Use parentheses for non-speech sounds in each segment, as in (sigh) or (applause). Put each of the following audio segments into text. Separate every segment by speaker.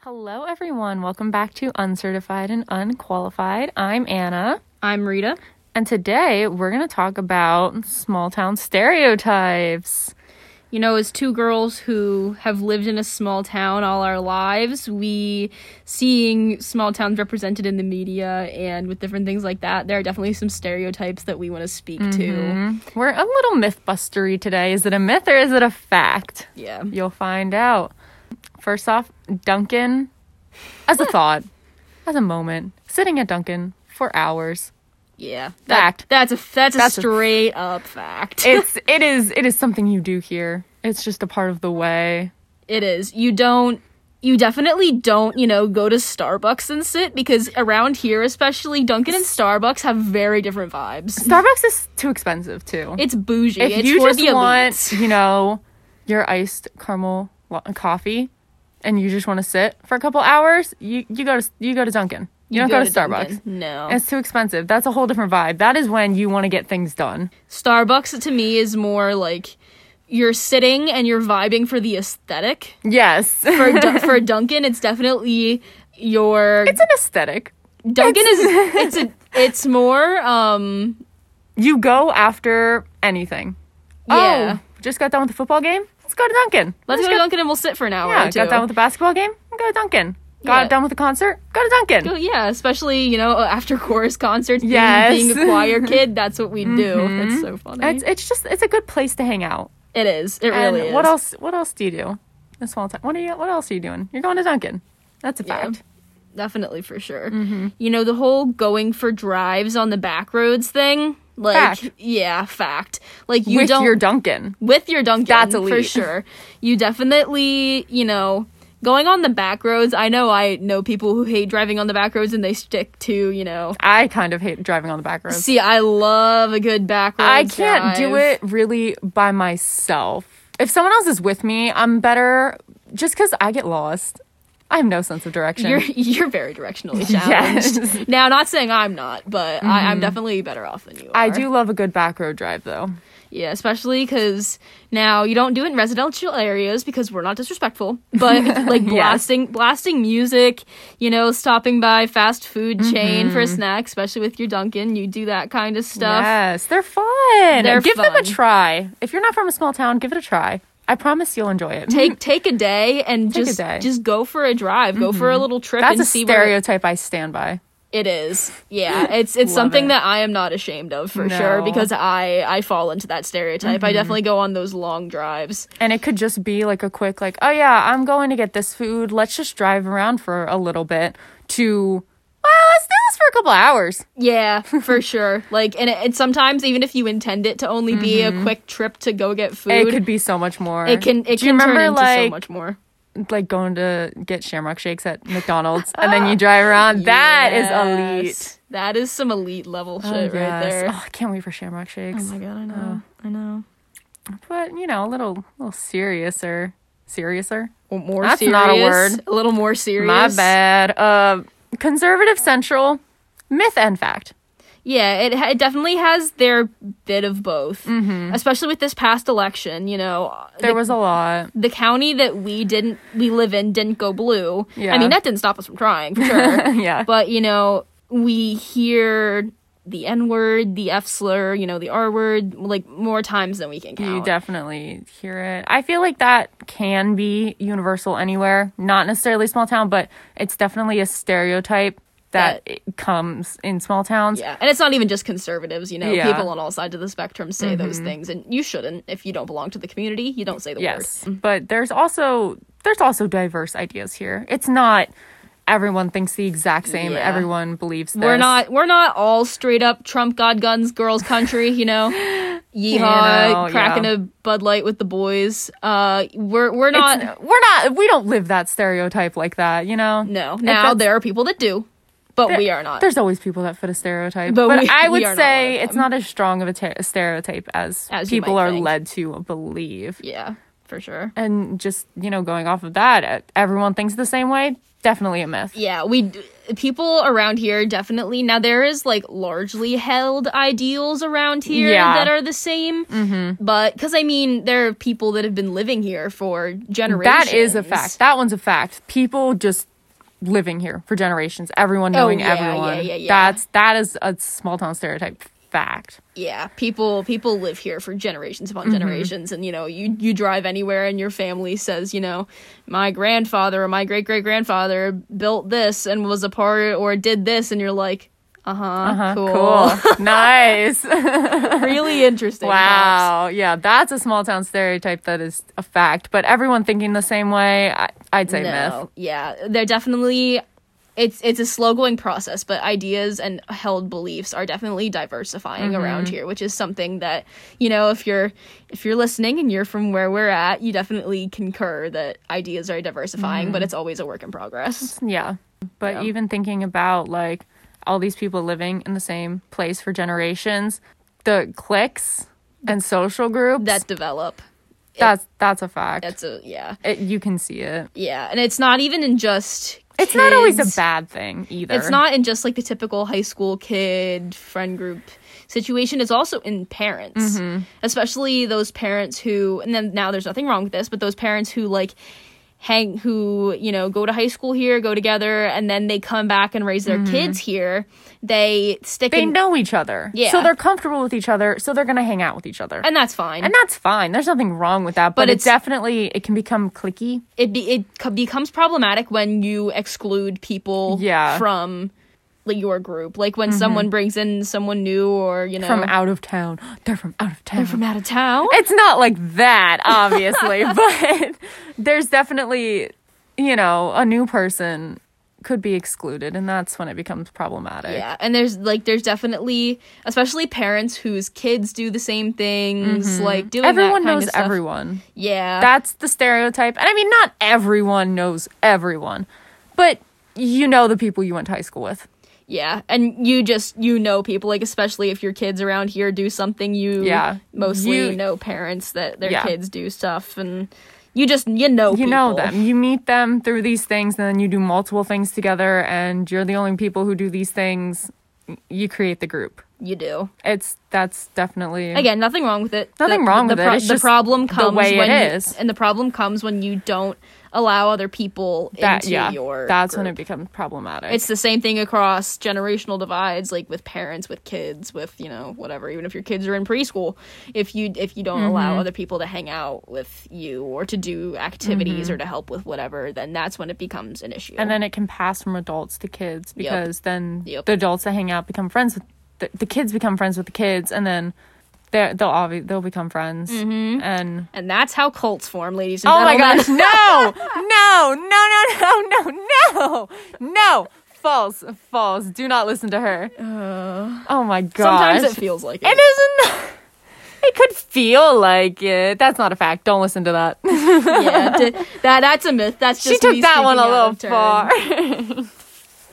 Speaker 1: Hello, everyone. Welcome back to Uncertified and Unqualified. I'm Anna,
Speaker 2: I'm Rita.
Speaker 1: and today we're going to talk about small town stereotypes.
Speaker 2: You know, as two girls who have lived in a small town all our lives, we seeing small towns represented in the media and with different things like that, there are definitely some stereotypes that we want to speak to.
Speaker 1: We're a little mythbustery today. Is it a myth or is it a fact?
Speaker 2: Yeah.
Speaker 1: You'll find out. First off, Duncan, as a thought, as a moment, sitting at Duncan for hours.
Speaker 2: Yeah.
Speaker 1: Fact.
Speaker 2: That's a that's a
Speaker 1: That's a-
Speaker 2: straight up fact.
Speaker 1: It's it is it is something you do here. It's just a part of the way.
Speaker 2: it is. You don't you definitely don't, you know, go to Starbucks and sit because around here especially Dunkin' and Starbucks have very different vibes.
Speaker 1: Starbucks is too expensive too.
Speaker 2: It's bougie.
Speaker 1: if
Speaker 2: it's
Speaker 1: you
Speaker 2: for
Speaker 1: just
Speaker 2: the elite.
Speaker 1: want, you know, your iced caramel lo- coffee, and you just want to sit for a couple hours, you you go to you go to Dunkin'. You, don't go, to, Starbucks.
Speaker 2: Dunkin'. No.
Speaker 1: It's too expensive. That's a whole different vibe. That is when you want to get things done.
Speaker 2: Starbucks to me is more like you're sitting and you're vibing for the aesthetic.
Speaker 1: (laughs) Yes,
Speaker 2: For Dun- for Dunkin, it's definitely your
Speaker 1: it's an aesthetic.
Speaker 2: Dunkin is
Speaker 1: (laughs)
Speaker 2: it's a it's more um
Speaker 1: You go after anything.
Speaker 2: yeah.
Speaker 1: Oh, just got done with the football game. Let's go to Dunkin'.
Speaker 2: Let's go to Dunkin and we'll sit for an hour.
Speaker 1: Yeah,
Speaker 2: or two.
Speaker 1: got done with the basketball game. Go to Dunkin'. Got
Speaker 2: Yeah.
Speaker 1: done with the concert. Go to Dunkin'.
Speaker 2: Oh, yeah, especially you know uh, after chorus concerts. being-
Speaker 1: Yes. Mm-hmm.
Speaker 2: being, a
Speaker 1: (laughs)
Speaker 2: choir kid, that's what we do. That's so funny.
Speaker 1: It's it's just it's a good place to hang out.
Speaker 2: it is. It
Speaker 1: And
Speaker 2: really is.
Speaker 1: what else? What else do you do? A small town. What are you? What else are you doing? You're going to Dunkin'. That's a
Speaker 2: Yeah.
Speaker 1: fact.
Speaker 2: Definitely for sure.
Speaker 1: Mm-hmm.
Speaker 2: You know, the whole going for drives on the back roads thing. Like
Speaker 1: Fact.
Speaker 2: yeah, fact. Like you
Speaker 1: With
Speaker 2: don't
Speaker 1: your Dunkin'.
Speaker 2: with your Dunkin'
Speaker 1: That's
Speaker 2: for
Speaker 1: elite.
Speaker 2: sure. You definitely, you know, going on the back roads. I know I know people who hate driving on the back roads and they stick to, you know.
Speaker 1: I kind of hate driving on the back roads.
Speaker 2: See, I love a good back road.
Speaker 1: I can't do
Speaker 2: drive.
Speaker 1: it really by myself. If someone else is with me, I'm better. Just because I get lost, I have no sense of direction.
Speaker 2: You're you're very directionally
Speaker 1: (laughs)
Speaker 2: challenged.
Speaker 1: Yes. Mm-hmm.
Speaker 2: Now, not saying I'm not, but I, I'm definitely better off than you (laughs) are.
Speaker 1: I do love a good back road drive though.
Speaker 2: Yeah, especially because now you don't do it in residential areas because we're not disrespectful,
Speaker 1: (laughs)
Speaker 2: but like blasting blasting music, you know, stopping by fast food
Speaker 1: Mm-hmm.
Speaker 2: chain for a snack, especially with your Dunkin', you do that kind of stuff.
Speaker 1: Yes, they're fun.
Speaker 2: They're
Speaker 1: give them a
Speaker 2: fun.
Speaker 1: try. If you're not from a small town, give it a try. I promise you'll enjoy it.
Speaker 2: Take take a day and
Speaker 1: Take a
Speaker 2: just
Speaker 1: day. Mm-hmm.
Speaker 2: just go for a drive, go for a little trip
Speaker 1: That's
Speaker 2: and
Speaker 1: a
Speaker 2: see where
Speaker 1: stereotype I stand by.
Speaker 2: it is.
Speaker 1: (gasps)
Speaker 2: Yeah, it's it's
Speaker 1: Love
Speaker 2: something
Speaker 1: it.
Speaker 2: that I am not ashamed of for sure
Speaker 1: No. Mm-hmm.
Speaker 2: because I I fall into that stereotype. I definitely go on those long drives.
Speaker 1: And it could just be like a quick, like, oh yeah, I'm going to get this food. Let's just drive around for a little bit to, well, let's do this for a couple hours. (laughs)
Speaker 2: Yeah, for sure. Like, and it, and sometimes even if you intend it to only be a quick trip to go get food,
Speaker 1: Mm-hmm. It could be so much more.
Speaker 2: it can, it
Speaker 1: do you
Speaker 2: can turn
Speaker 1: remember,
Speaker 2: into
Speaker 1: like,
Speaker 2: so much more.
Speaker 1: like going to get shamrock shakes at
Speaker 2: (laughs)
Speaker 1: McDonald's and then you drive around? That is elite.
Speaker 2: Yes. That is some elite level shit
Speaker 1: Oh,
Speaker 2: right
Speaker 1: yes.
Speaker 2: there. Oh
Speaker 1: Oh, I can't wait for shamrock shakes.
Speaker 2: god, I know, I know.
Speaker 1: but you know, a little, little seriouser, seriouser.
Speaker 2: more
Speaker 1: That's
Speaker 2: serious,
Speaker 1: not a word.
Speaker 2: A little more serious.
Speaker 1: My bad. Uh, conservative Central, myth and fact.
Speaker 2: Yeah, it, ha- it definitely has their bit of both, especially with this past election. You know,
Speaker 1: Mm-hmm. There was a lot. (laughs)
Speaker 2: the county that we didn't we live in didn't go blue.
Speaker 1: Yeah.
Speaker 2: I mean, that didn't stop us from trying for
Speaker 1: (laughs)
Speaker 2: sure.
Speaker 1: yeah.
Speaker 2: (laughs) but you know we hear the n word the f slur you know the r word like more times than we can count
Speaker 1: You definitely hear it. I feel like that can be universal anywhere, not necessarily small town, but it's definitely a stereotype that, it comes in small towns.
Speaker 2: yeah and it's not even just conservatives you know
Speaker 1: Yeah. Mm-hmm.
Speaker 2: people on all sides of the spectrum say those things and you shouldn't if you don't belong to the community you don't say the
Speaker 1: Yes. But there's also there's also diverse ideas here. It's not everyone thinks the exact same.
Speaker 2: Yeah.
Speaker 1: Everyone believes this.
Speaker 2: word we're not we're not all straight up trump god guns girls country
Speaker 1: (laughs)
Speaker 2: you know yeehaw
Speaker 1: know,
Speaker 2: cracking
Speaker 1: yeah.
Speaker 2: a bud light with the boys uh we're we're not
Speaker 1: It's- we're not we don't live that stereotype like that, you know?
Speaker 2: no
Speaker 1: If
Speaker 2: now
Speaker 1: that's-
Speaker 2: there are people that do but we are not
Speaker 1: There's always people that fit a stereotype, but,
Speaker 2: But we-
Speaker 1: I
Speaker 2: we
Speaker 1: would
Speaker 2: are not
Speaker 1: say
Speaker 2: one of
Speaker 1: it's not as strong of a ter- stereotype as,
Speaker 2: As you
Speaker 1: people
Speaker 2: might
Speaker 1: are
Speaker 2: think.
Speaker 1: led to believe.
Speaker 2: yeah for sure
Speaker 1: And just you know, going off of that, uh, everyone thinks the same way. Definitely a myth.
Speaker 2: yeah we d- people around here definitely now there is like largely held ideals around here
Speaker 1: Yeah.
Speaker 2: that are the same but because i mean there are people that have been living here for generations
Speaker 1: That is a fact. That one's a fact. People just living here for generations, everyone knowing
Speaker 2: Oh, yeah, yeah,
Speaker 1: everyone.
Speaker 2: yeah, yeah.
Speaker 1: That's that is a small town stereotype fact.
Speaker 2: Yeah, people people live here for generations upon generations, and you know, you you drive anywhere, and your family says, you know, my grandfather or my great great grandfather built this and was a part or did this, and you're like, uh huh,
Speaker 1: Huh,
Speaker 2: cool, (laughs)
Speaker 1: cool. nice.
Speaker 2: really interesting.
Speaker 1: (laughs)
Speaker 2: Pops.
Speaker 1: Wow. Yeah, that's a small town stereotype that is a fact. But everyone thinking the same way, I, I'd say myth.
Speaker 2: No, yeah, they're definitely. It's it's a slow going process, but ideas and held beliefs are definitely diversifying
Speaker 1: Mm-hmm.
Speaker 2: around here, which is something that you know if you're if you're listening and you're from where we're at, you definitely concur that ideas are diversifying,
Speaker 1: Mm-hmm.
Speaker 2: but it's always a work in progress.
Speaker 1: Yeah. But
Speaker 2: Yeah.
Speaker 1: even thinking about like all these people living in the same place for generations, the cliques and social groups,
Speaker 2: That develop.
Speaker 1: that's that's a fact.
Speaker 2: That's a yeah
Speaker 1: It, you can see it.
Speaker 2: yeah, and it's not even in just.
Speaker 1: It's not always
Speaker 2: kids.
Speaker 1: a bad thing either.
Speaker 2: It's not in just like the typical high school kid friend group situation. It's also in parents, especially those parents who, and then now there's nothing wrong with this, but those parents who like hang, who, you know, go to high school here, go together, and then they come back and raise their kids here. They stick
Speaker 1: They
Speaker 2: in,
Speaker 1: know each other.
Speaker 2: Yeah.
Speaker 1: So they're comfortable with each other, so they're going to hang out with each other.
Speaker 2: and that's fine.
Speaker 1: and that's fine. There's nothing wrong with that, but,
Speaker 2: But
Speaker 1: it
Speaker 2: it's-
Speaker 1: definitely it can become clicky.
Speaker 2: it be, it co- becomes problematic when you exclude people
Speaker 1: Yeah.
Speaker 2: from like your group like when someone brings in someone new or you know
Speaker 1: from out of town. They're from out of town.
Speaker 2: from out of town
Speaker 1: it's not like that, obviously, (laughs) but there's definitely, you know, a new person could be excluded, and that's when it becomes problematic.
Speaker 2: Yeah, and there's like there's definitely especially parents whose kids do the same things, like doing
Speaker 1: Mm-hmm. Everyone
Speaker 2: that kind
Speaker 1: knows
Speaker 2: of stuff.
Speaker 1: everyone.
Speaker 2: Yeah,
Speaker 1: That's the stereotype. And I mean, not everyone knows everyone, but you know the people you went to high school with.
Speaker 2: yeah, and you just you know people like especially if your kids around here do something, you
Speaker 1: Yeah.
Speaker 2: mostly
Speaker 1: You-
Speaker 2: know parents that their
Speaker 1: Yeah.
Speaker 2: kids do stuff, and you just you know
Speaker 1: You know
Speaker 2: people.
Speaker 1: them. You meet them through these things, and then you do multiple things together, and you're the only people who do these things. Y- You create the group.
Speaker 2: you do
Speaker 1: It's that's definitely
Speaker 2: again nothing wrong with it.
Speaker 1: Nothing
Speaker 2: The-
Speaker 1: wrong
Speaker 2: the
Speaker 1: with it. It's
Speaker 2: the
Speaker 1: just
Speaker 2: problem
Speaker 1: the
Speaker 2: comes
Speaker 1: way it
Speaker 2: when you-
Speaker 1: is.
Speaker 2: and the problem comes when you don't allow other people
Speaker 1: that
Speaker 2: into
Speaker 1: yeah.
Speaker 2: your
Speaker 1: that's
Speaker 2: group.
Speaker 1: when it becomes problematic.
Speaker 2: it's the same thing across generational divides like with parents with kids with you know whatever even if your kids are in preschool if you if you don't
Speaker 1: Mm-hmm.
Speaker 2: allow other people to hang out with you or to do activities or to help with whatever then that's when it becomes an issue
Speaker 1: Mm-hmm. and then it can pass from adults to kids because then
Speaker 2: Yep.
Speaker 1: the adults that hang out become friends with the, the kids become friends with the kids, and then they they'll obvi- they'll become friends.
Speaker 2: Mm-hmm.
Speaker 1: And
Speaker 2: and that's how cults form ladies and
Speaker 1: oh my gosh,
Speaker 2: gentlemen. (laughs)
Speaker 1: no, no, no, no, no, no, no, no. False, false. Do not listen to her. oh my gosh.
Speaker 2: Uh, (laughs) sometimes it feels like it,
Speaker 1: It isn't. (laughs) It could feel like it. That's not a fact. Don't listen to that.
Speaker 2: yeah d- that that's a myth that's
Speaker 1: she
Speaker 2: just
Speaker 1: took
Speaker 2: me
Speaker 1: that one a
Speaker 2: speaking out
Speaker 1: little
Speaker 2: of turn.
Speaker 1: far. (laughs)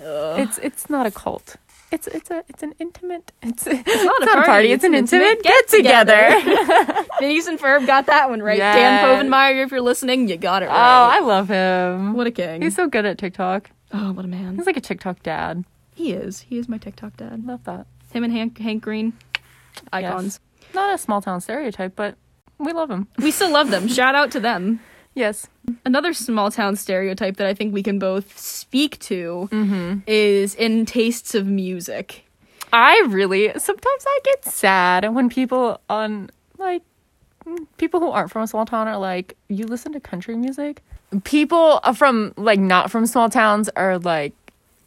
Speaker 1: it's it's not a cult. It's it's a it's an intimate. It's (laughs) it's
Speaker 2: not a
Speaker 1: not a
Speaker 2: party,
Speaker 1: party. It's an intimate get (laughs) together. oh,
Speaker 2: Phineas and Ferb got that one right.
Speaker 1: Yes. Oh,
Speaker 2: Dan Povenmire, if you're listening, you got it right.
Speaker 1: I love him.
Speaker 2: what a king.
Speaker 1: He's so good at TikTok.
Speaker 2: oh, what a man.
Speaker 1: He's like a TikTok dad.
Speaker 2: He is. He is my TikTok dad.
Speaker 1: Love that.
Speaker 2: Him and Hank, Hank Green, icons.
Speaker 1: Not a small town stereotype, but we love him.
Speaker 2: (laughs) We still love them. Shout out to them.
Speaker 1: Yes.
Speaker 2: Another small town stereotype that I think we can both speak to
Speaker 1: Mm-hmm.
Speaker 2: is in tastes of music.
Speaker 1: I really sometimes I get sad when people on like mm, people who aren't from a small town are like, you listen to country music. People from like not from small towns are like,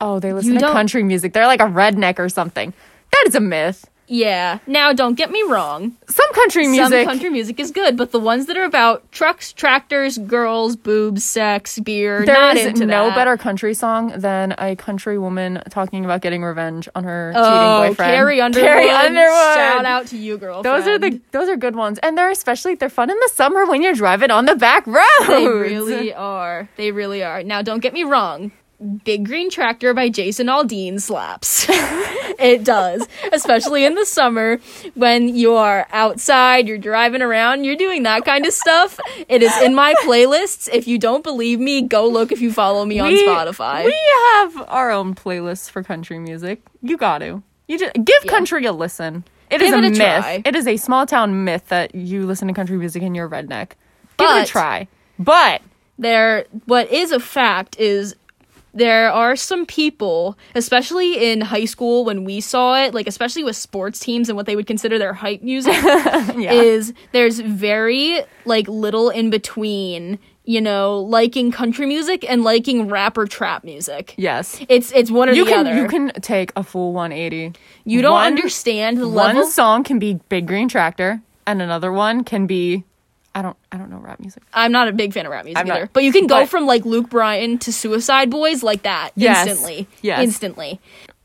Speaker 1: oh, they listen
Speaker 2: You
Speaker 1: to
Speaker 2: don't-
Speaker 1: country music. They're like a redneck or something. That is a myth.
Speaker 2: Yeah. Now, don't get me wrong.
Speaker 1: Some country music.
Speaker 2: Some country music is good, but the ones that are about trucks, tractors, girls, boobs, sex, beer,
Speaker 1: there
Speaker 2: not
Speaker 1: is
Speaker 2: into
Speaker 1: no
Speaker 2: that.
Speaker 1: better country song than a country woman talking about getting revenge on her
Speaker 2: Oh,
Speaker 1: cheating boyfriend.
Speaker 2: Carrie Underwood.
Speaker 1: Carrie Underwood.
Speaker 2: Shout out to you, girl.
Speaker 1: Those are the those are good ones, and they're especially they're fun in the summer when you're driving on the back roads.
Speaker 2: They really are. They really are. Now, don't get me wrong. Big Green Tractor by Jason
Speaker 1: (laughs)
Speaker 2: Aldean slaps. it does. Especially in the summer when you are outside, you're driving around, you're doing that kind of stuff. It is in my playlists. If you don't believe me, go look if you follow me on
Speaker 1: We-
Speaker 2: Spotify.
Speaker 1: We have our own playlists for country music. You got to. You just give country a listen. It is
Speaker 2: Give it
Speaker 1: a,
Speaker 2: a
Speaker 1: myth.
Speaker 2: try.
Speaker 1: It is a small town myth that you listen to country music and you're a redneck. Give it a
Speaker 2: But-
Speaker 1: try. But
Speaker 2: there what is a fact is there are some people, especially in high school when we saw it, like especially with sports teams and what they would consider their
Speaker 1: (laughs)
Speaker 2: hype music, is there's very like little in between, you know, liking country music and liking rap or trap music.
Speaker 1: Yes.
Speaker 2: It's it's one or
Speaker 1: You
Speaker 2: the
Speaker 1: can
Speaker 2: other.
Speaker 1: you can take a full 180.
Speaker 2: You don't
Speaker 1: One-
Speaker 2: understand the
Speaker 1: One
Speaker 2: level.
Speaker 1: song can be Big Green Tractor and another one can be I don't I don't know rap music.
Speaker 2: I'm not a big fan of rap music
Speaker 1: I'm not-
Speaker 2: either. But you can go
Speaker 1: but-
Speaker 2: from like Luke Bryan to Suicide Boys like that
Speaker 1: Yes,
Speaker 2: instantly.
Speaker 1: yes.
Speaker 2: Instantly.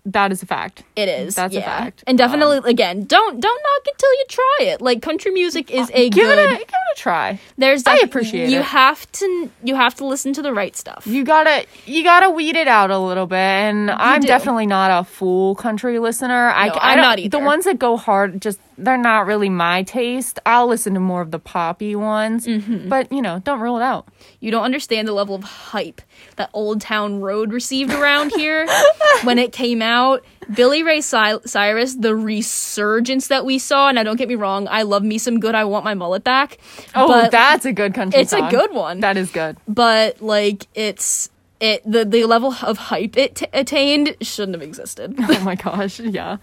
Speaker 1: That is a fact.
Speaker 2: It is.
Speaker 1: That's a
Speaker 2: yeah.
Speaker 1: fact. Um,
Speaker 2: And definitely again, don't don't knock until you try it. Like country music is a
Speaker 1: Give
Speaker 2: good
Speaker 1: it a give it a try.
Speaker 2: there's
Speaker 1: I
Speaker 2: defi-
Speaker 1: appreciate
Speaker 2: you
Speaker 1: it.
Speaker 2: have to you have to listen to the right stuff.
Speaker 1: You gotta you gotta weed it out a little bit, and I'm
Speaker 2: do.
Speaker 1: definitely not a full country listener. I,
Speaker 2: No,
Speaker 1: c-
Speaker 2: I'm
Speaker 1: don't-
Speaker 2: not
Speaker 1: The
Speaker 2: either.
Speaker 1: ones that go hard, just they're not really my taste. I'll listen to more of the poppy ones,
Speaker 2: Mm-hmm.
Speaker 1: but you know, don't rule it out.
Speaker 2: You don't understand the level of hype that Old Town Road received around here
Speaker 1: (laughs)
Speaker 2: when it came out. Billy Ray Cy- Cyrus, the resurgence that we saw, now don't get me wrong, I love me some good, I want my mullet back.
Speaker 1: Oh,
Speaker 2: but,
Speaker 1: that's a good country.
Speaker 2: it's a
Speaker 1: song.
Speaker 2: good one.
Speaker 1: That is
Speaker 2: (laughs)
Speaker 1: good.
Speaker 2: But like, it's it the the level of hype it t- attained shouldn't have existed.
Speaker 1: Oh my gosh, yeah.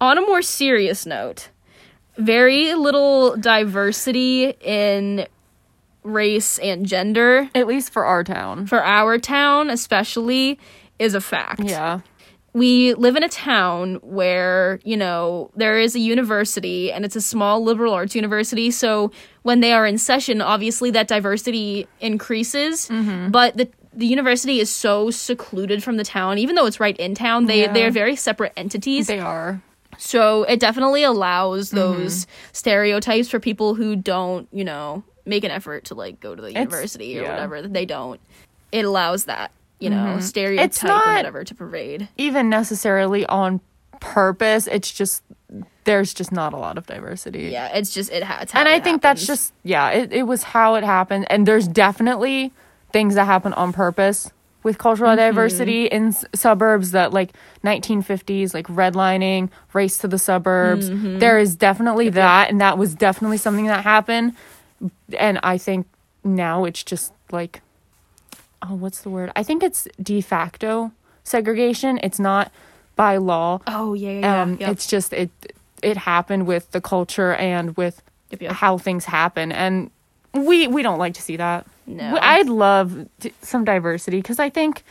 Speaker 2: on a more serious note, very little diversity in race and gender
Speaker 1: At least for our town.
Speaker 2: for our town, especially, is a fact.
Speaker 1: Yeah.
Speaker 2: We live in a town where, you know, there is a university and it's a small liberal arts university. So when they are in session, obviously that diversity increases.
Speaker 1: Mm-hmm.
Speaker 2: But the the university is so secluded from the town, even though it's right in town. They
Speaker 1: Yeah.
Speaker 2: they are very separate entities.
Speaker 1: They are.
Speaker 2: So it definitely allows
Speaker 1: Mm-hmm.
Speaker 2: those stereotypes for people who don't, you know, make an effort to like go to the university or
Speaker 1: yeah. Mm-hmm.
Speaker 2: whatever that they don't. It allows that, you know, stereotype
Speaker 1: It's not-
Speaker 2: and whatever to pervade.
Speaker 1: Even necessarily on purpose. It's just there's just not a lot of diversity.
Speaker 2: Yeah, it's just it has.
Speaker 1: and I think that's just yeah, it, it was how it happened, and there's definitely things that happen on purpose with cultural diversity in s- suburbs that like 1950s like redlining race to the suburbs There is definitely that and that was definitely something that happened and i think now it's just like oh what's the word i think it's de facto segregation it's not by law
Speaker 2: Oh yeah, yeah, yeah.
Speaker 1: um
Speaker 2: yep.
Speaker 1: it's just it it happened with the culture and with
Speaker 2: Yep, yep.
Speaker 1: how things happen and we we don't like to see that
Speaker 2: No.
Speaker 1: We- i'd love t- some diversity because i think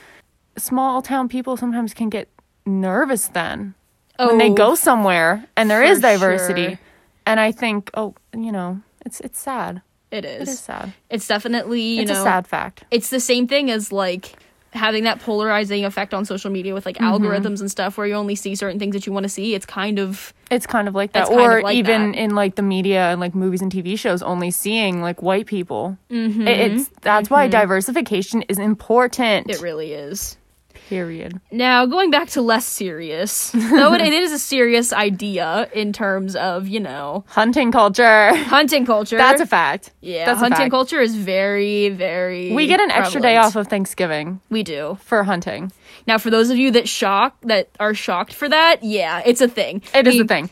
Speaker 1: small town people sometimes can get nervous then when they
Speaker 2: Oh,
Speaker 1: go somewhere and there is
Speaker 2: for
Speaker 1: diversity
Speaker 2: sure.
Speaker 1: and i think oh you know it's it's sad
Speaker 2: it
Speaker 1: it
Speaker 2: is.
Speaker 1: is sad
Speaker 2: It's definitely you
Speaker 1: it's
Speaker 2: know.
Speaker 1: a sad fact
Speaker 2: It's the same thing as like having that polarizing effect on social media with like
Speaker 1: Mm-hmm.
Speaker 2: algorithms and stuff where you only see certain things that you want to see. It's kind of
Speaker 1: It's kind of like that,
Speaker 2: It's kind
Speaker 1: or
Speaker 2: of like
Speaker 1: even
Speaker 2: that.
Speaker 1: in like the media and like movies and TV shows, only seeing like white people.
Speaker 2: Mm-hmm.
Speaker 1: It- it's that's why diversification is important.
Speaker 2: it really is.
Speaker 1: period.
Speaker 2: Now, going back to less
Speaker 1: (laughs)
Speaker 2: serious, though it, it is a serious idea in terms of, you know,
Speaker 1: Hunting culture. (laughs)
Speaker 2: hunting culture.
Speaker 1: That's a fact.
Speaker 2: yeah,
Speaker 1: that's
Speaker 2: hunting
Speaker 1: a fact.
Speaker 2: culture is very, very.
Speaker 1: We get an extra day
Speaker 2: prevalent.
Speaker 1: off of Thanksgiving
Speaker 2: We do.
Speaker 1: for hunting.
Speaker 2: Now, for those of you that shock that are shocked for that, yeah, it's a thing.
Speaker 1: It is
Speaker 2: We-
Speaker 1: a thing.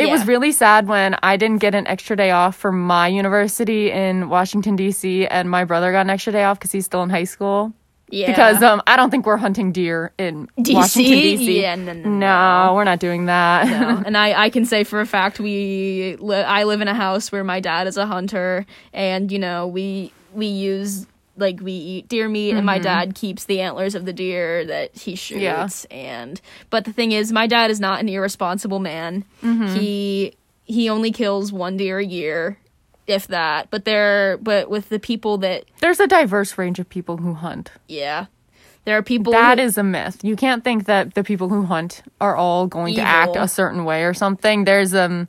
Speaker 1: It was
Speaker 2: yeah.
Speaker 1: really sad when I didn't get an extra day off for my university in Washington D.C. and my brother got an extra day off because he's still in high school.
Speaker 2: Yeah.
Speaker 1: Because um, I don't think we're hunting deer in
Speaker 2: DC?
Speaker 1: Washington D.C.
Speaker 2: Yeah, no, no,
Speaker 1: no, we're not doing that.
Speaker 2: No, and I, I can say for a fact we li- I live in a house where my dad is a hunter and you know we we use like we eat deer meat and my dad keeps the antlers of the deer that he shoots
Speaker 1: Mm-hmm. Yeah.
Speaker 2: and but the thing is my dad is not an irresponsible man.
Speaker 1: Mm-hmm.
Speaker 2: He he only kills one deer a year if that. But there but with the people that
Speaker 1: (laughs) There's a diverse range of people who hunt.
Speaker 2: yeah. There are people
Speaker 1: That
Speaker 2: who-
Speaker 1: is a myth. You can't think that the people who hunt are all going to act
Speaker 2: Evil.
Speaker 1: a certain way or something. There's um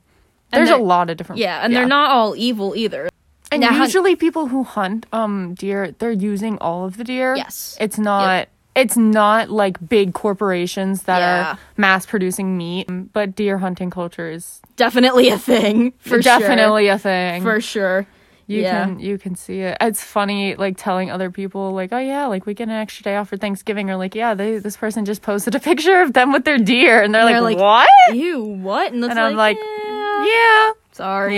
Speaker 1: there's a
Speaker 2: they're-
Speaker 1: lot of different
Speaker 2: yeah, and they're not all evil either.
Speaker 1: And
Speaker 2: now hunt-
Speaker 1: usually people who hunt um deer, they're using all of the deer.
Speaker 2: Yes.
Speaker 1: It's not it's not like big corporations that
Speaker 2: Yeah.
Speaker 1: are mass producing meat, but deer hunting culture is
Speaker 2: Definitely a thing. For sure.
Speaker 1: definitely a thing.
Speaker 2: for sure.
Speaker 1: you
Speaker 2: yeah. (laughs)
Speaker 1: can you can see it. It's funny like telling other people like, "Oh yeah, like we get an extra day off for Thanksgiving." Or like, "Yeah, they this person just posted a (laughs) picture of them with their deer." And they're,
Speaker 2: And they're
Speaker 1: like,
Speaker 2: like,
Speaker 1: "What?"
Speaker 2: Ew, what? And, it's
Speaker 1: And I'm like,
Speaker 2: "Yeah,
Speaker 1: Yeah.
Speaker 2: sorry.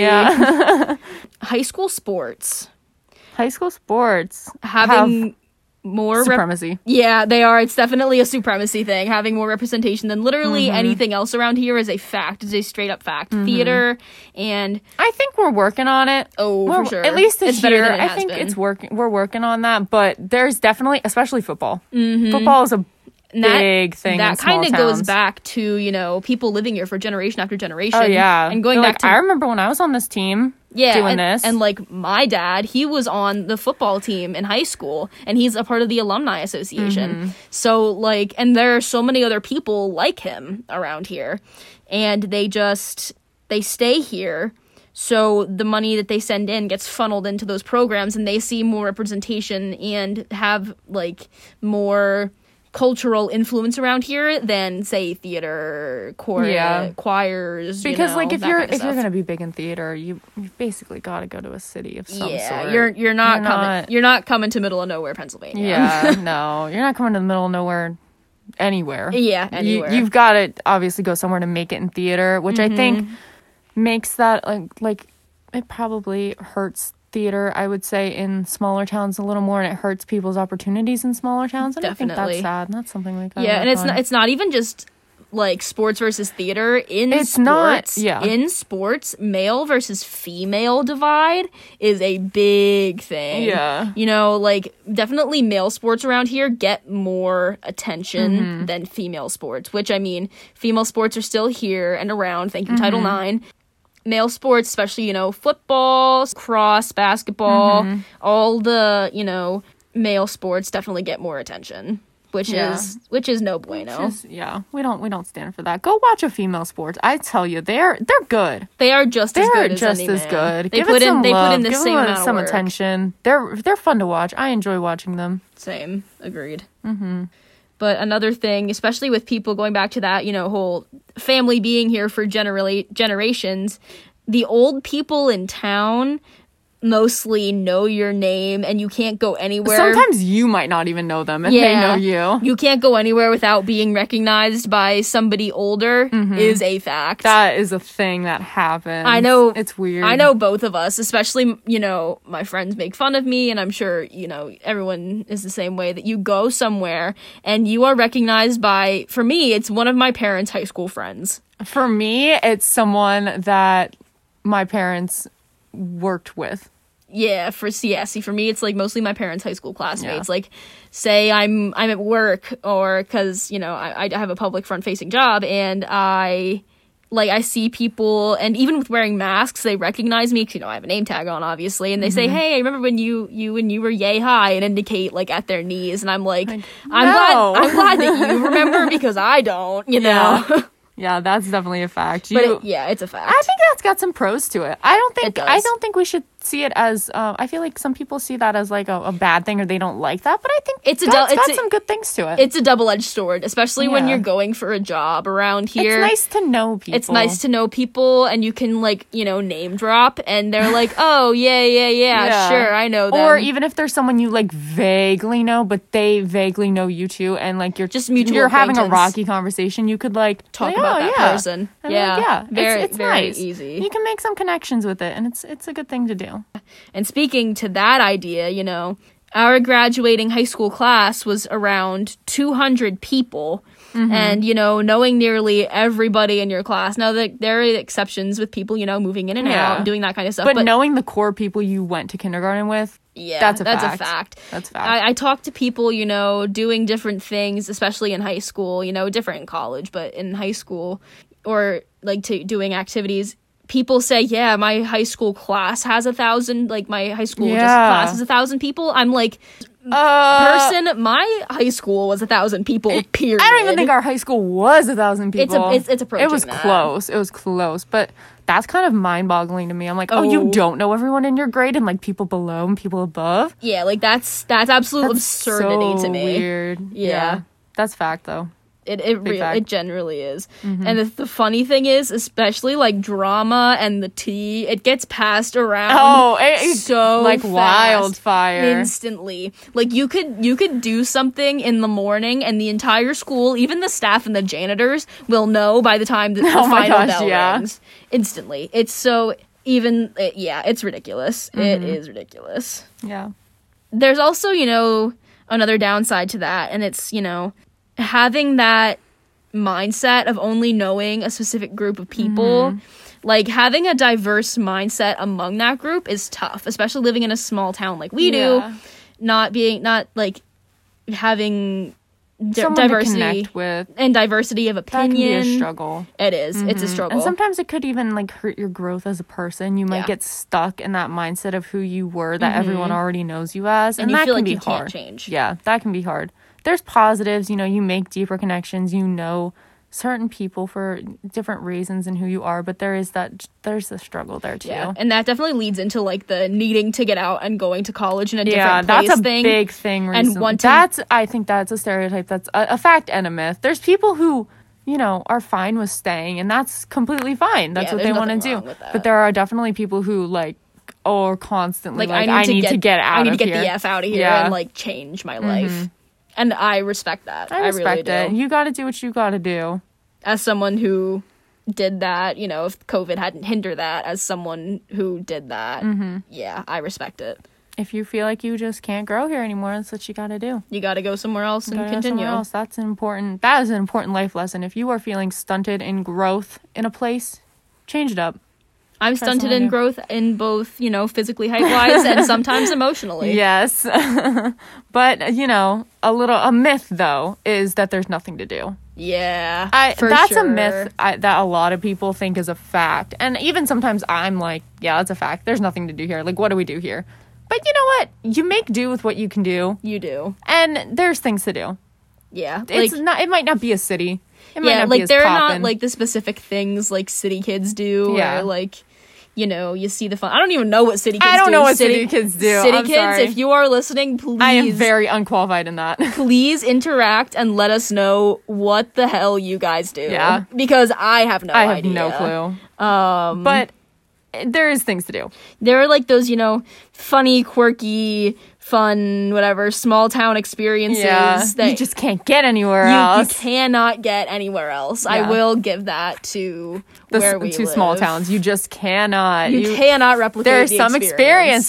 Speaker 1: (laughs) Yeah.
Speaker 2: High school sports
Speaker 1: High school sports
Speaker 2: having more rep-
Speaker 1: Supremacy.
Speaker 2: yeah, they are. It's definitely a supremacy thing. Having more representation than literally
Speaker 1: Mm-hmm.
Speaker 2: anything else around here is a fact. It's a straight up fact. Theater and
Speaker 1: I think we're working on it.
Speaker 2: Oh, for
Speaker 1: We're-
Speaker 2: sure.
Speaker 1: At least this
Speaker 2: It's better
Speaker 1: year,
Speaker 2: than it
Speaker 1: I
Speaker 2: has
Speaker 1: think
Speaker 2: been.
Speaker 1: it's working. We're working on that, but there's definitely, especially football. Football is a
Speaker 2: Mm-hmm. that-
Speaker 1: big thing.
Speaker 2: That
Speaker 1: kind of
Speaker 2: goes back to you know people living here for generation after generation.
Speaker 1: Oh yeah,
Speaker 2: and going
Speaker 1: They're
Speaker 2: back
Speaker 1: like, I
Speaker 2: to
Speaker 1: remember when I was on this team.
Speaker 2: yeah,
Speaker 1: doing
Speaker 2: and,
Speaker 1: this
Speaker 2: and like my dad, he was on the football team in high school, and he's a part of the alumni association.
Speaker 1: Mm-hmm.
Speaker 2: So like, and there are so many other people like him around here, and they just they stay here. So the money that they send in gets funneled into those programs, and they see more representation and have like more cultural influence around here than say theater, chor-
Speaker 1: Yeah.
Speaker 2: choirs. you
Speaker 1: because like
Speaker 2: know,
Speaker 1: if
Speaker 2: that
Speaker 1: you're
Speaker 2: kind of
Speaker 1: if you're
Speaker 2: stuff
Speaker 1: gonna be big in theater, you you basically got to go to a city of some
Speaker 2: yeah,
Speaker 1: sort.
Speaker 2: you're you're not
Speaker 1: You're
Speaker 2: coming.
Speaker 1: not-
Speaker 2: You're not coming to middle of nowhere, Pennsylvania. (laughs)
Speaker 1: yeah, no, you're not coming to the middle of nowhere, anywhere.
Speaker 2: Yeah, anywhere.
Speaker 1: You, have got to obviously go somewhere to make it in theater, which I think
Speaker 2: Mm-hmm.
Speaker 1: makes that like like it probably hurts theater. I would say in smaller towns a little more, and it hurts people's opportunities in smaller towns. And I think
Speaker 2: Definitely.
Speaker 1: that's sad. And that's something we got.
Speaker 2: yeah, and it's not it's not even just like sports versus theater in
Speaker 1: It's not-
Speaker 2: sports.
Speaker 1: yeah.
Speaker 2: in sports, male versus female divide is a big thing.
Speaker 1: Yeah.
Speaker 2: you know, like definitely male sports around here get more attention
Speaker 1: Mm-hmm.
Speaker 2: than female sports. Which I mean, female sports are still here and around. Thank you, Title
Speaker 1: Mm-hmm.
Speaker 2: IX. male sports, especially, you know, football, cross, basketball,
Speaker 1: Mm-hmm.
Speaker 2: all the, you know, male sports definitely get more attention, which
Speaker 1: Yeah.
Speaker 2: is which is no bueno.
Speaker 1: Just- yeah, we don't we don't stand for that. Go watch a female sports. I tell you, they're they're good.
Speaker 2: they are just as
Speaker 1: They're
Speaker 2: good as
Speaker 1: just
Speaker 2: any
Speaker 1: as
Speaker 2: man.
Speaker 1: good.
Speaker 2: They
Speaker 1: Give it
Speaker 2: put in
Speaker 1: some
Speaker 2: they
Speaker 1: love.
Speaker 2: put in the
Speaker 1: Give
Speaker 2: same
Speaker 1: them
Speaker 2: amount
Speaker 1: some
Speaker 2: of work.
Speaker 1: attention. They're they're fun to watch. I enjoy watching them.
Speaker 2: Same. Agreed. Mm-hmm. But another thing, especially with people going back to that, you know, whole family being here for generally generations, the old people in town mostly know your name and you can't go anywhere.
Speaker 1: Sometimes you might not even know them, and they know you.
Speaker 2: You can't go anywhere without being recognized by somebody older
Speaker 1: Mm-hmm.
Speaker 2: is a fact.
Speaker 1: That is a thing that happens.
Speaker 2: I know
Speaker 1: it's weird.
Speaker 2: I know both of us, especially you know my friends make fun of me, and I'm sure you know everyone is the same way. That you go somewhere and you are recognized by, for me, it's one of my parents' high school friends.
Speaker 1: For me, it's someone that my parents worked with.
Speaker 2: yeah for csc for me it's like mostly my parents high school classmates like say i'm i'm at work or because you know I, I have a public front facing job and i like i see people and even with wearing masks they recognize me because you know i have a name tag on obviously and they
Speaker 1: Mm-hmm.
Speaker 2: say hey i remember when you you when you were yay high and indicate like at their knees and i'm like, i'm
Speaker 1: no.
Speaker 2: glad i'm glad that you remember because i don't you know (laughs)
Speaker 1: yeah, that's definitely a fact. You,
Speaker 2: but it, yeah it's a fact
Speaker 1: I think that's got some pros to it. I don't think
Speaker 2: It
Speaker 1: I
Speaker 2: does.
Speaker 1: don't think we should see it as. Uh, I feel like some people see that as like a, a bad thing or they don't like that, but I think
Speaker 2: It's a
Speaker 1: that's
Speaker 2: del- it's
Speaker 1: got
Speaker 2: a-
Speaker 1: some good things to it.
Speaker 2: it's a double-edged sword especially when
Speaker 1: Yeah.
Speaker 2: you're going for a job around
Speaker 1: It's
Speaker 2: here
Speaker 1: nice to know people.
Speaker 2: it's nice to know people and you can like you know name drop and
Speaker 1: (laughs)
Speaker 2: they're like oh yeah yeah yeah,
Speaker 1: Yeah.
Speaker 2: sure i know them.
Speaker 1: Or even if there's someone you like vaguely know, but they vaguely know you too, and like you're
Speaker 2: Just mutual
Speaker 1: You're having a
Speaker 2: acquaintance.
Speaker 1: rocky conversation. You could like
Speaker 2: Talk
Speaker 1: be like,
Speaker 2: about
Speaker 1: "Oh,
Speaker 2: that
Speaker 1: yeah."
Speaker 2: person.
Speaker 1: And, like,
Speaker 2: Yeah.
Speaker 1: yeah,
Speaker 2: Very-
Speaker 1: it's, it's
Speaker 2: very
Speaker 1: nice.
Speaker 2: easy. Uh,
Speaker 1: You can make some connections with it, and it's it's a good thing to do.
Speaker 2: and speaking to that idea you know our graduating high school class was around 200 people
Speaker 1: Mm-hmm.
Speaker 2: and you know knowing nearly everybody in your class now that there are exceptions with people you know moving in and
Speaker 1: Yeah.
Speaker 2: out and doing that kind of stuff
Speaker 1: But, knowing the core people you went to kindergarten with,
Speaker 2: Yeah,
Speaker 1: that's a fact.
Speaker 2: a fact.
Speaker 1: That's a fact.
Speaker 2: I, I talk to people, you know, doing different things, especially in high school. You know, different in college, but in high school, or like to doing activities. People say, "Yeah, my high school class has a thousand. Like my high school just
Speaker 1: Yeah.
Speaker 2: class has a thousand people." I'm like,
Speaker 1: uh,
Speaker 2: person, my high school was a thousand people. period.
Speaker 1: I don't even think our high school was a thousand
Speaker 2: It's a-
Speaker 1: people.
Speaker 2: it's- it's
Speaker 1: It was
Speaker 2: approaching that.
Speaker 1: close. It was close, but that's kind of mind boggling to me. I'm like, oh, you
Speaker 2: Oh.
Speaker 1: don't know everyone in your grade and like people below and people above.
Speaker 2: Yeah, like that's that's absolute absurdity
Speaker 1: so
Speaker 2: to me.
Speaker 1: Weird.
Speaker 2: Yeah.
Speaker 1: That's fact though.
Speaker 2: It it, re-
Speaker 1: fact.
Speaker 2: it generally is.
Speaker 1: Mm-hmm.
Speaker 2: And the, the funny thing is, especially like drama and the tea, it gets passed around.
Speaker 1: Oh, it- it-
Speaker 2: so
Speaker 1: like
Speaker 2: fast,
Speaker 1: wildfire.
Speaker 2: instantly. Like you could you could do something in the morning, and the entire school, even the staff and the janitors, will know by the time
Speaker 1: (laughs)
Speaker 2: the, the
Speaker 1: Oh my
Speaker 2: final
Speaker 1: gosh,
Speaker 2: bell
Speaker 1: yeah.
Speaker 2: rings. Instantly, it's so even. It,
Speaker 1: Mm-hmm.
Speaker 2: yeah, it's ridiculous. It is ridiculous
Speaker 1: Yeah.
Speaker 2: there's also you know another downside to that. And it's, you know, having that mindset of only knowing a specific group of people.
Speaker 1: Mm-hmm.
Speaker 2: Like having a diverse mindset among that group is tough, especially living in a small town like we
Speaker 1: Yeah.
Speaker 2: do. Not being not like having di-
Speaker 1: Someone
Speaker 2: diversity
Speaker 1: to connect with.
Speaker 2: and diversity of
Speaker 1: That can
Speaker 2: opinion.
Speaker 1: be a struggle. Mm-hmm.
Speaker 2: It is. It's a struggle.
Speaker 1: And sometimes it could even like hurt your growth as a person. You might
Speaker 2: Yeah. Mm-hmm.
Speaker 1: get stuck in that mindset of who you were that everyone already knows you as, and,
Speaker 2: And you
Speaker 1: that
Speaker 2: feel
Speaker 1: can
Speaker 2: like
Speaker 1: be
Speaker 2: you can't
Speaker 1: hard.
Speaker 2: change.
Speaker 1: Yeah, that can be hard. There's positives, you know, you make deeper connections, you know certain people for different reasons and who you are, but there is that there's a struggle there too.
Speaker 2: yeah, and that definitely leads into like the needing to get out and going to college in a
Speaker 1: Yeah,
Speaker 2: different place
Speaker 1: that's a
Speaker 2: thing.
Speaker 1: big thing.
Speaker 2: and
Speaker 1: Recently.
Speaker 2: wanting-
Speaker 1: that's I think that's a stereotype. That's a, a fact and a myth. There's people who you know are fine with staying, and that's completely fine. That's
Speaker 2: Yeah,
Speaker 1: what
Speaker 2: there's
Speaker 1: they want to
Speaker 2: nothing
Speaker 1: do.
Speaker 2: wrong with that.
Speaker 1: But there are definitely people who like are constantly
Speaker 2: like,
Speaker 1: like,
Speaker 2: I need, to, get,
Speaker 1: out.
Speaker 2: I need
Speaker 1: of
Speaker 2: to get
Speaker 1: here.
Speaker 2: the f out of here
Speaker 1: Yeah. Mm-hmm.
Speaker 2: and like change my life. And I respect that.
Speaker 1: I respect
Speaker 2: really
Speaker 1: it.
Speaker 2: do.
Speaker 1: You got to do what you got to do.
Speaker 2: As someone who did that, you know, if COVID hadn't hindered that, as someone who did that,
Speaker 1: Mm-hmm.
Speaker 2: yeah, I respect it.
Speaker 1: If you feel like you just can't grow here anymore, that's what you got to do.
Speaker 2: You got to go somewhere else and
Speaker 1: Gotta go
Speaker 2: continue.
Speaker 1: somewhere else. That's an important. That is an important life lesson. If you are feeling stunted in growth in a place, change it up.
Speaker 2: I'm stunted
Speaker 1: someone
Speaker 2: in
Speaker 1: new.
Speaker 2: growth in both, you know, physically height
Speaker 1: (laughs)
Speaker 2: wise and sometimes emotionally.
Speaker 1: Yes. (laughs) but, you know, a little a myth though is that there's nothing to do.
Speaker 2: Yeah.
Speaker 1: I
Speaker 2: for
Speaker 1: that's a
Speaker 2: sure.
Speaker 1: myth I, that a lot of people think is a fact. And even sometimes I'm like, yeah, that's a fact. There's nothing to do here. Like what do we do here? But you know what? You make do with what you can do.
Speaker 2: You do.
Speaker 1: And there's things to do.
Speaker 2: Yeah.
Speaker 1: It's
Speaker 2: like,
Speaker 1: not it might not be a city. It might
Speaker 2: yeah,
Speaker 1: not be
Speaker 2: like
Speaker 1: as
Speaker 2: there are not
Speaker 1: poppin'.
Speaker 2: like the specific things like city kids do
Speaker 1: Yeah.
Speaker 2: or like you know, you see the fun. I don't even know what city kids
Speaker 1: I don't
Speaker 2: do.
Speaker 1: know what city kids do.
Speaker 2: City
Speaker 1: I'm
Speaker 2: kids,
Speaker 1: sorry.
Speaker 2: if you are listening, please
Speaker 1: I am very unqualified in that. (laughs)
Speaker 2: please interact and let us know what the hell you guys do.
Speaker 1: Yeah.
Speaker 2: Because I have no
Speaker 1: I have
Speaker 2: idea.
Speaker 1: no clue. Um but eh, there is things to do.
Speaker 2: there are like those you know funny quirky fun whatever small town experiences
Speaker 1: Yeah.
Speaker 2: that
Speaker 1: You just can't get anywhere
Speaker 2: you, you
Speaker 1: else.
Speaker 2: cannot get anywhere else i
Speaker 1: Yeah.
Speaker 2: will give that to
Speaker 1: the
Speaker 2: where
Speaker 1: s-
Speaker 2: we
Speaker 1: to small
Speaker 2: live.
Speaker 1: towns. You just cannot.
Speaker 2: you, cannot replicate
Speaker 1: there are
Speaker 2: the
Speaker 1: some
Speaker 2: experience. (laughs)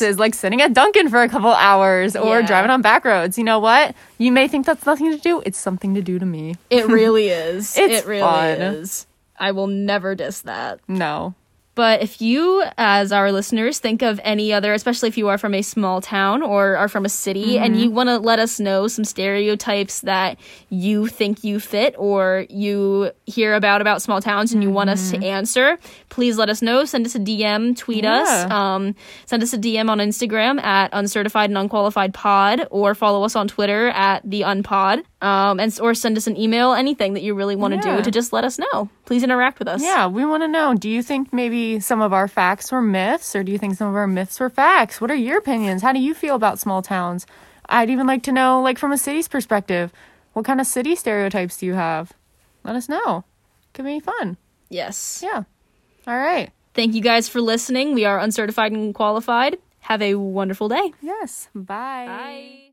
Speaker 1: experiences like sitting at Dunkin' for a couple hours or
Speaker 2: Yeah.
Speaker 1: driving on back roads. You know what? You may think that's nothing to do. It's something to do to me.
Speaker 2: it really is
Speaker 1: It's
Speaker 2: it really
Speaker 1: fun.
Speaker 2: is i will never diss that
Speaker 1: No.
Speaker 2: But if you, as our listeners, think of any other, especially if you are from a small town or are from a city and
Speaker 1: Mm-hmm.
Speaker 2: you want to let us know some stereotypes that you think you fit or you hear about about small towns and you want us
Speaker 1: Mm-hmm.
Speaker 2: to answer, please let us know. Send us a DM, tweet us,
Speaker 1: Yeah.
Speaker 2: um, send us a DM on Instagram at uncertified and unqualified pod or follow us on Twitter at the unpod um, and, or send us an email, anything that you really want to
Speaker 1: Yeah.
Speaker 2: do to just let us know. Please interact with us.
Speaker 1: Yeah, we want to know. Do you think maybe some of our facts were myths, or do you think some of our myths were facts? What are your opinions? How do you feel about small towns? I'd even like to know, like from a city's perspective, what kind of city stereotypes do you have? Let us know. Could be fun.
Speaker 2: Yes.
Speaker 1: Yeah. All right.
Speaker 2: Thank you guys for listening. We are uncertified and qualified. Have a wonderful day.
Speaker 1: Yes. Bye.
Speaker 2: Bye.